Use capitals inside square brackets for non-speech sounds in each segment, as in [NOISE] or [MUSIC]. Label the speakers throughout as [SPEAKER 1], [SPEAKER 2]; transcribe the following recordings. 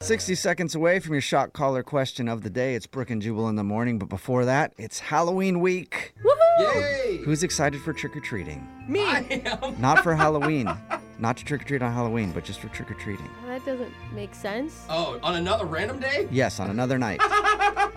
[SPEAKER 1] 60 seconds away from your shock collar question of the day. It's Brook and Jubal in the morning, but before that, it's Halloween week.
[SPEAKER 2] Yay!
[SPEAKER 1] Who's excited for trick or treating?
[SPEAKER 3] Me.
[SPEAKER 1] Not for Halloween. Not to trick or treat on Halloween, but just for trick or treating.
[SPEAKER 3] That doesn't make sense.
[SPEAKER 2] Oh, on another random day?
[SPEAKER 1] Yes, on another night.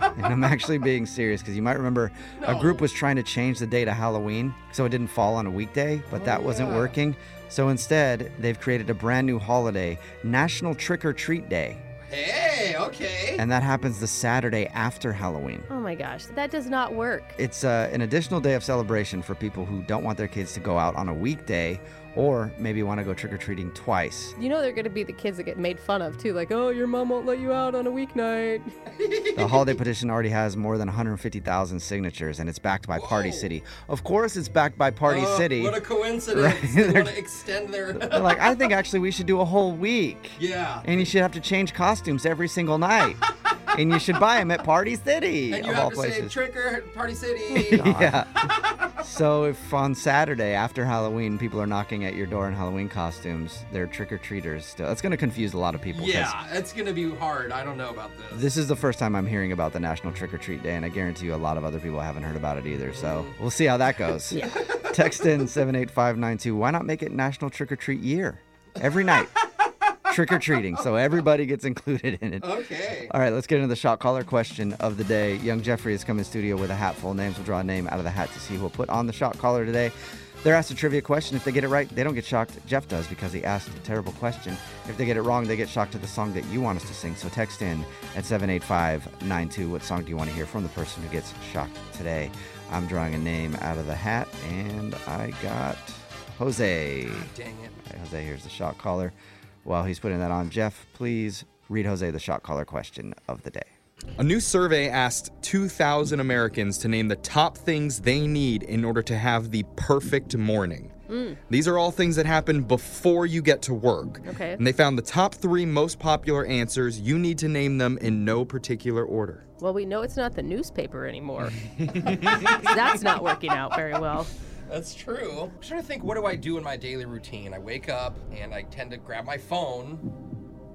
[SPEAKER 1] and I'm actually being serious because you might remember a group was trying to change the date of Halloween so it didn't fall on a weekday, but that wasn't
[SPEAKER 2] yeah.
[SPEAKER 1] working. So instead, they've created a brand new holiday, National Trick or Treat Day.
[SPEAKER 2] Hey, okay.
[SPEAKER 1] And that happens the Saturday after Halloween.
[SPEAKER 3] Oh my gosh, that does not work.
[SPEAKER 1] It's uh, an additional day of celebration for people who don't want their kids to go out on a weekday or maybe want to go trick or treating twice.
[SPEAKER 3] You know they're gonna be the kids that get made fun of too, like, oh, your mom won't let you out on a weeknight.
[SPEAKER 1] The
[SPEAKER 2] [LAUGHS]
[SPEAKER 1] holiday petition already has more than 150,000 signatures and it's backed by Party
[SPEAKER 2] Whoa.
[SPEAKER 1] City. Of course, it's backed by Party
[SPEAKER 2] Oh,
[SPEAKER 1] City.
[SPEAKER 2] What a coincidence.
[SPEAKER 1] Right, [LAUGHS]
[SPEAKER 2] They
[SPEAKER 1] they're-
[SPEAKER 2] want to extend their. [LAUGHS]
[SPEAKER 1] They're like, I think actually we should do a whole week.
[SPEAKER 2] yeah.
[SPEAKER 1] And you should have to change costumes every single night. and you should buy them at Party City,
[SPEAKER 2] And you
[SPEAKER 1] of
[SPEAKER 2] have
[SPEAKER 1] all
[SPEAKER 2] to say
[SPEAKER 1] places.
[SPEAKER 2] Tricker
[SPEAKER 1] [LAUGHS]
[SPEAKER 2] Party City.
[SPEAKER 1] yeah. [LAUGHS] so if on Saturday after Halloween people are knocking at your door in Halloween costumes, they're trick or treaters still. That's going to confuse a lot of
[SPEAKER 2] [LAUGHS]
[SPEAKER 1] people. 'cause
[SPEAKER 2] yeah, it's gonna be hard. I don't know about this.
[SPEAKER 1] This is the first time I'm hearing about the National Trick or Treat Day, and I guarantee you a lot of other people haven't heard about it either. So we'll see how that goes.
[SPEAKER 3] Yeah.
[SPEAKER 1] Text in 78592. Why not make it National Trick or Treat Year? Every night. Trick or treating. So everybody gets included in it.
[SPEAKER 2] Okay.
[SPEAKER 1] All right, let's get into the shot caller question of the day. Young Jeffrey has come in studio with a hat full of names. We'll draw a name out of the hat to see who will put on the shot caller today. They're asked a trivia question. If they get it right, they don't get shocked. Jeff does because he asked a terrible question. If they get it wrong, they get shocked to the song that you want us to sing. So text in at 78592. What song do you want to hear from the person who gets shocked today? I'm drawing a name out of the hat, and I got Jose.
[SPEAKER 2] Dang it.
[SPEAKER 1] All right, Jose, here's the shot caller. While he's putting that on, Jeff, please read Jose the shot caller question of the day.
[SPEAKER 4] A new survey asked 2,000 Americans to name the top things they need in order to have the perfect morning. These are all things that happen before you get to work.
[SPEAKER 3] Okay.
[SPEAKER 4] And they found the top three most popular answers. You need to name them in no particular order.
[SPEAKER 3] Well, we know it's not the newspaper anymore. That's not working out very well.
[SPEAKER 2] That's true. I'm trying to think what do I do in my daily routine? I wake up and I tend to grab my phone.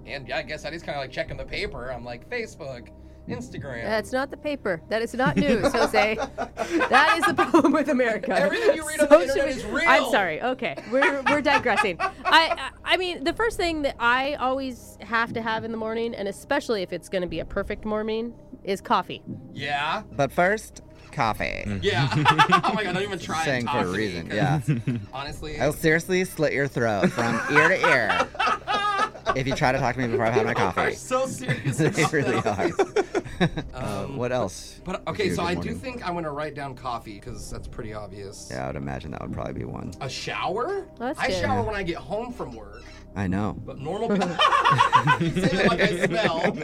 [SPEAKER 2] And yeah, I guess I just kind of like checking the paper. I'm like Facebook, Instagram.
[SPEAKER 3] That's not the paper. That is not news, Jose. that is the problem with America.
[SPEAKER 2] Everything you read on the internet
[SPEAKER 3] media-
[SPEAKER 2] is real.
[SPEAKER 3] [LAUGHS] I'm sorry. Okay, we're, we're digressing. I I I mean, the first thing that I always have to have in the morning, and especially if it's going to be a perfect morning, is coffee.
[SPEAKER 2] yeah.
[SPEAKER 1] But first, coffee.
[SPEAKER 2] Yeah. oh my god, don't even try
[SPEAKER 1] Saying
[SPEAKER 2] and
[SPEAKER 1] for
[SPEAKER 2] talk
[SPEAKER 1] a
[SPEAKER 2] to me,
[SPEAKER 1] reason,
[SPEAKER 2] 'cause
[SPEAKER 1] yeah.
[SPEAKER 2] [LAUGHS] Honestly,
[SPEAKER 1] I'll seriously slit your throat [LAUGHS] from ear to ear if you try to talk to me before I've had my
[SPEAKER 2] I'm
[SPEAKER 1] coffee.
[SPEAKER 2] so serious.
[SPEAKER 1] [LAUGHS] they
[SPEAKER 2] about
[SPEAKER 1] really
[SPEAKER 2] this.
[SPEAKER 1] are. Uh, what else?
[SPEAKER 2] Um, But
[SPEAKER 1] was
[SPEAKER 2] okay,
[SPEAKER 1] your
[SPEAKER 2] so
[SPEAKER 1] good
[SPEAKER 2] I do
[SPEAKER 1] morning?
[SPEAKER 2] think I'm gonna write down coffee because that's pretty obvious.
[SPEAKER 1] Yeah, I would imagine that would probably be one.
[SPEAKER 2] A shower?
[SPEAKER 3] That's
[SPEAKER 2] I
[SPEAKER 3] good.
[SPEAKER 2] shower when I get home from work.
[SPEAKER 1] I know.
[SPEAKER 2] But
[SPEAKER 1] [LAUGHS]
[SPEAKER 2] normal [LAUGHS] people. Say that like I smell.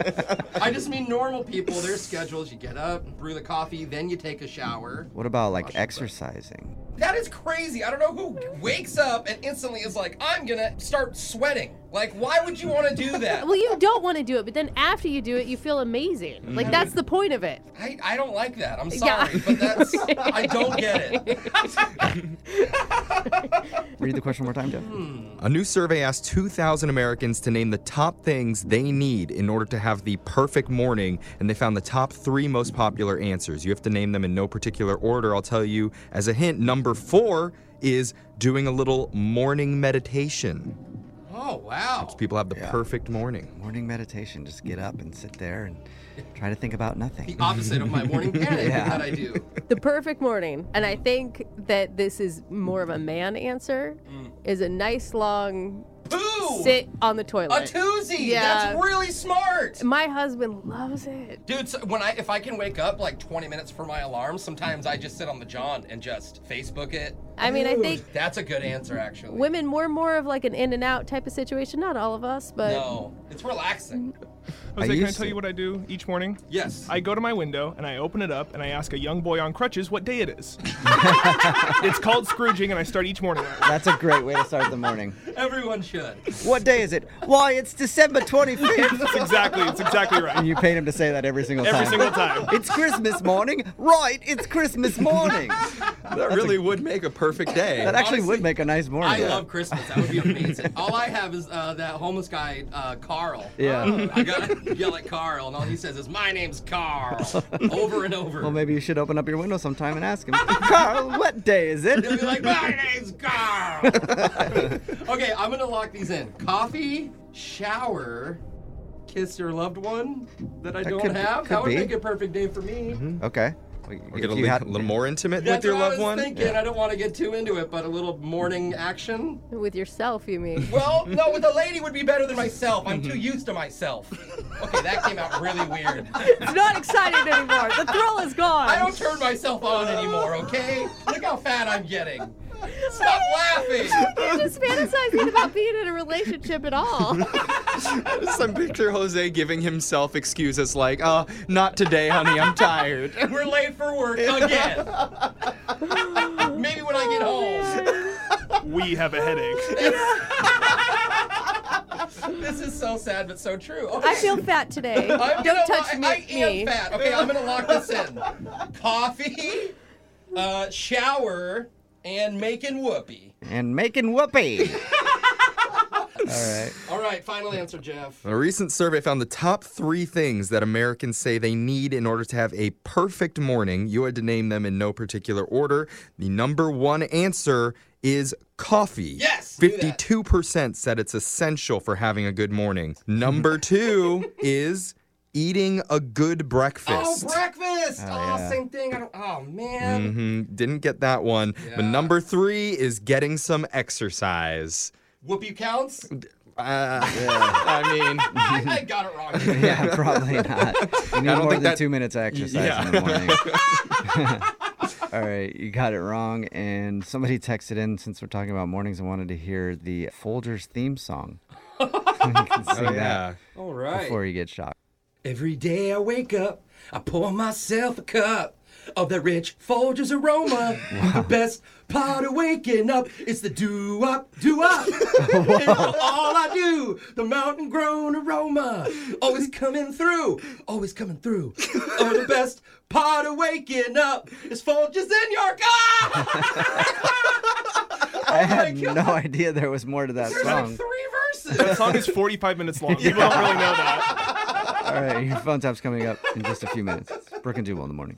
[SPEAKER 2] I just mean normal people. Their schedules. You get up, brew the coffee, then you take a shower.
[SPEAKER 1] What about like
[SPEAKER 2] Washington.
[SPEAKER 1] exercising?
[SPEAKER 2] That is crazy. I don't know who wakes up and instantly is like, I'm gonna start sweating. Like, why would you want to do that?
[SPEAKER 3] Well, you don't want to do it, but then after you do it, you feel
[SPEAKER 2] Mm-hmm.
[SPEAKER 3] amazing. Like that's the point of it.
[SPEAKER 2] I, I don't like that. I'm
[SPEAKER 3] Yeah.
[SPEAKER 2] sorry,
[SPEAKER 3] [LAUGHS]
[SPEAKER 2] but that's I don't get it. [LAUGHS]
[SPEAKER 1] Read the question one more time,
[SPEAKER 2] Hmm.
[SPEAKER 1] Jeff.
[SPEAKER 4] A new survey asked 2,000 Americans to name the top things they need in order to have the perfect morning, and they found the top three most popular answers. You have to name them in no particular order. I'll tell you as a hint number four is doing a little morning meditation.
[SPEAKER 2] Oh wow.
[SPEAKER 4] People have the perfect morning.
[SPEAKER 1] [LAUGHS] Morning meditation. Just get up and sit there
[SPEAKER 2] [LAUGHS]
[SPEAKER 1] and try to think about nothing.
[SPEAKER 2] The opposite of my morning panic
[SPEAKER 1] Yeah.
[SPEAKER 2] that I do.
[SPEAKER 3] The perfect morning, and I think that this is more of a man answer, is a nice long
[SPEAKER 2] Mm. Ooh,
[SPEAKER 3] sit on the toilet.
[SPEAKER 2] a toozy.
[SPEAKER 3] Yeah.
[SPEAKER 2] That's really smart.
[SPEAKER 3] My husband loves it.
[SPEAKER 2] Dude, so when I if I can wake up like 20 minutes for my alarm, sometimes I just sit on the John and just Facebook it.
[SPEAKER 3] I mean, I think
[SPEAKER 2] That's a good answer, actually.
[SPEAKER 3] women more and more of like an in and out type of situation. Not all of us, but
[SPEAKER 2] No, it's
[SPEAKER 3] [LAUGHS]
[SPEAKER 2] relaxing.
[SPEAKER 5] Jose, can I
[SPEAKER 1] used
[SPEAKER 5] tell
[SPEAKER 1] to-
[SPEAKER 5] you what I do each morning?
[SPEAKER 2] Yes.
[SPEAKER 5] I go to my window and I open it up and I ask a young boy on crutches what day it
[SPEAKER 1] [LAUGHS]
[SPEAKER 5] is. it's called Scrooging, and I start each morning. that way.
[SPEAKER 1] That's a great way to start the morning.
[SPEAKER 2] Everyone should.
[SPEAKER 1] What day is it? Why, it's December
[SPEAKER 2] [LAUGHS]
[SPEAKER 1] 25th.
[SPEAKER 5] It's exactly, it's exactly
[SPEAKER 1] [LAUGHS]
[SPEAKER 5] right.
[SPEAKER 1] And you paid him to say that every single time.
[SPEAKER 5] Every single time.
[SPEAKER 2] [LAUGHS]
[SPEAKER 1] It's Christmas morning. Right, it's Christmas morning.
[SPEAKER 4] That really would make a perfect
[SPEAKER 1] [LAUGHS]
[SPEAKER 4] day.
[SPEAKER 1] That actually would
[SPEAKER 2] Honestly,
[SPEAKER 1] make a nice morning.
[SPEAKER 2] I love Christmas. That would be amazing.
[SPEAKER 1] [LAUGHS]
[SPEAKER 2] All I have is uh, that homeless guy, uh, Carl.
[SPEAKER 1] Yeah.
[SPEAKER 2] Oh, I gotta yell at Carl, and all he says is, "My name's Carl,"
[SPEAKER 1] [LAUGHS]
[SPEAKER 2] over and over.
[SPEAKER 1] Well, maybe you should open up your window sometime and ask him, Carl, what day is it?
[SPEAKER 2] He'll be like, "My name's
[SPEAKER 1] [LAUGHS]
[SPEAKER 2] Carl." okay, I'm gonna lock these in: coffee, shower, kiss your loved one that I don't
[SPEAKER 1] could be-
[SPEAKER 2] have.
[SPEAKER 1] could
[SPEAKER 2] That would
[SPEAKER 1] be. Mm-hmm.
[SPEAKER 2] make a perfect day for me.
[SPEAKER 1] Okay. Well,
[SPEAKER 4] Or
[SPEAKER 1] if
[SPEAKER 4] get a
[SPEAKER 1] you
[SPEAKER 4] li-
[SPEAKER 1] had-
[SPEAKER 4] a little more intimate
[SPEAKER 2] That's
[SPEAKER 4] with your
[SPEAKER 2] what
[SPEAKER 4] loved
[SPEAKER 2] I was
[SPEAKER 4] one.
[SPEAKER 2] thinking. I don't want to get too into it, but a little morning action.
[SPEAKER 3] With yourself, you mean? [LAUGHS]
[SPEAKER 2] [LAUGHS] Well, no, with a lady would be better than myself. I'm
[SPEAKER 3] Mm-hmm.
[SPEAKER 2] too used to myself. Okay, that came out really
[SPEAKER 3] [LAUGHS]
[SPEAKER 2] weird.
[SPEAKER 3] it's not exciting anymore. The thrill is gone.
[SPEAKER 2] I don't turn myself on anymore, okay? Look how fat I'm getting. Stop laughing.
[SPEAKER 3] [LAUGHS] You're just fantasizing about being in a relationship at all.
[SPEAKER 4] [LAUGHS] Some picture Jose giving himself excuses like, "Uh, not today, honey. I'm tired."
[SPEAKER 2] We're late for
[SPEAKER 3] [LAUGHS]
[SPEAKER 2] work again. Maybe when I get
[SPEAKER 3] Oh,
[SPEAKER 2] home.
[SPEAKER 5] We have a headache.
[SPEAKER 2] This is so sad but so true.
[SPEAKER 3] [LAUGHS]
[SPEAKER 2] Okay.
[SPEAKER 3] I feel fat today.
[SPEAKER 2] I'm
[SPEAKER 3] don't
[SPEAKER 2] gonna
[SPEAKER 3] touch
[SPEAKER 2] lo-
[SPEAKER 3] me.
[SPEAKER 2] I, I
[SPEAKER 3] me.
[SPEAKER 2] am fat. Okay, I'm gonna lock
[SPEAKER 3] [LAUGHS]
[SPEAKER 2] this in. Coffee, uh, shower, and making whoopee.
[SPEAKER 1] and making
[SPEAKER 2] [LAUGHS]
[SPEAKER 1] whoopee. All right.
[SPEAKER 2] All right, final answer, Jeff.
[SPEAKER 4] A recent survey found the top three things that Americans say they need in order to have a perfect morning. You had to name them in no particular order. The number one answer is coffee.
[SPEAKER 2] Yes, knew that.
[SPEAKER 4] 52% said it's essential for having a good morning.
[SPEAKER 2] [LAUGHS]
[SPEAKER 4] Number two is eating a good
[SPEAKER 2] Oh,
[SPEAKER 4] breakfast.
[SPEAKER 2] breakfast! Oh,
[SPEAKER 1] yeah. Mm-hmm.
[SPEAKER 2] same thing. I don't. Oh man.
[SPEAKER 4] hmm Didn't get that one. But
[SPEAKER 2] Yeah.
[SPEAKER 4] number three is getting some
[SPEAKER 2] [LAUGHS]
[SPEAKER 4] exercise.
[SPEAKER 2] Whoopee
[SPEAKER 1] [LAUGHS]
[SPEAKER 2] counts. [LAUGHS]
[SPEAKER 4] Uh, I
[SPEAKER 2] I, I got it
[SPEAKER 1] [LAUGHS]
[SPEAKER 2] wrong.
[SPEAKER 1] Yeah, probably
[SPEAKER 4] [LAUGHS]
[SPEAKER 1] not. You need
[SPEAKER 4] don't
[SPEAKER 1] more
[SPEAKER 4] think
[SPEAKER 1] than
[SPEAKER 4] that-
[SPEAKER 1] two minutes of exercise
[SPEAKER 4] Yeah.
[SPEAKER 1] in the morning. [LAUGHS] All right, you got it wrong. And somebody texted in since we're talking about mornings and wanted to hear the Folgers theme song. [LAUGHS] You can sing that
[SPEAKER 4] mean, Oh, yeah.
[SPEAKER 2] All right.
[SPEAKER 1] Before you get shocked.
[SPEAKER 2] Every day I wake up, I pour myself a cup of that rich Folgers aroma. The best part of waking up is the do up,
[SPEAKER 1] [LAUGHS]
[SPEAKER 2] do up. it's all I do. The mountain grown aroma, always coming through, always coming through.
[SPEAKER 1] [LAUGHS]
[SPEAKER 2] oh, the best part of waking up is Folgers in your cup.
[SPEAKER 1] I had no idea Oh there was more to that
[SPEAKER 2] There's like
[SPEAKER 1] song.
[SPEAKER 2] three
[SPEAKER 5] That
[SPEAKER 2] verses.
[SPEAKER 5] song is 45
[SPEAKER 1] [LAUGHS]
[SPEAKER 5] minutes long. People don't really know that.
[SPEAKER 1] All right, your phone tap's coming up in just a few minutes. It's Brooke and Jubal in the morning.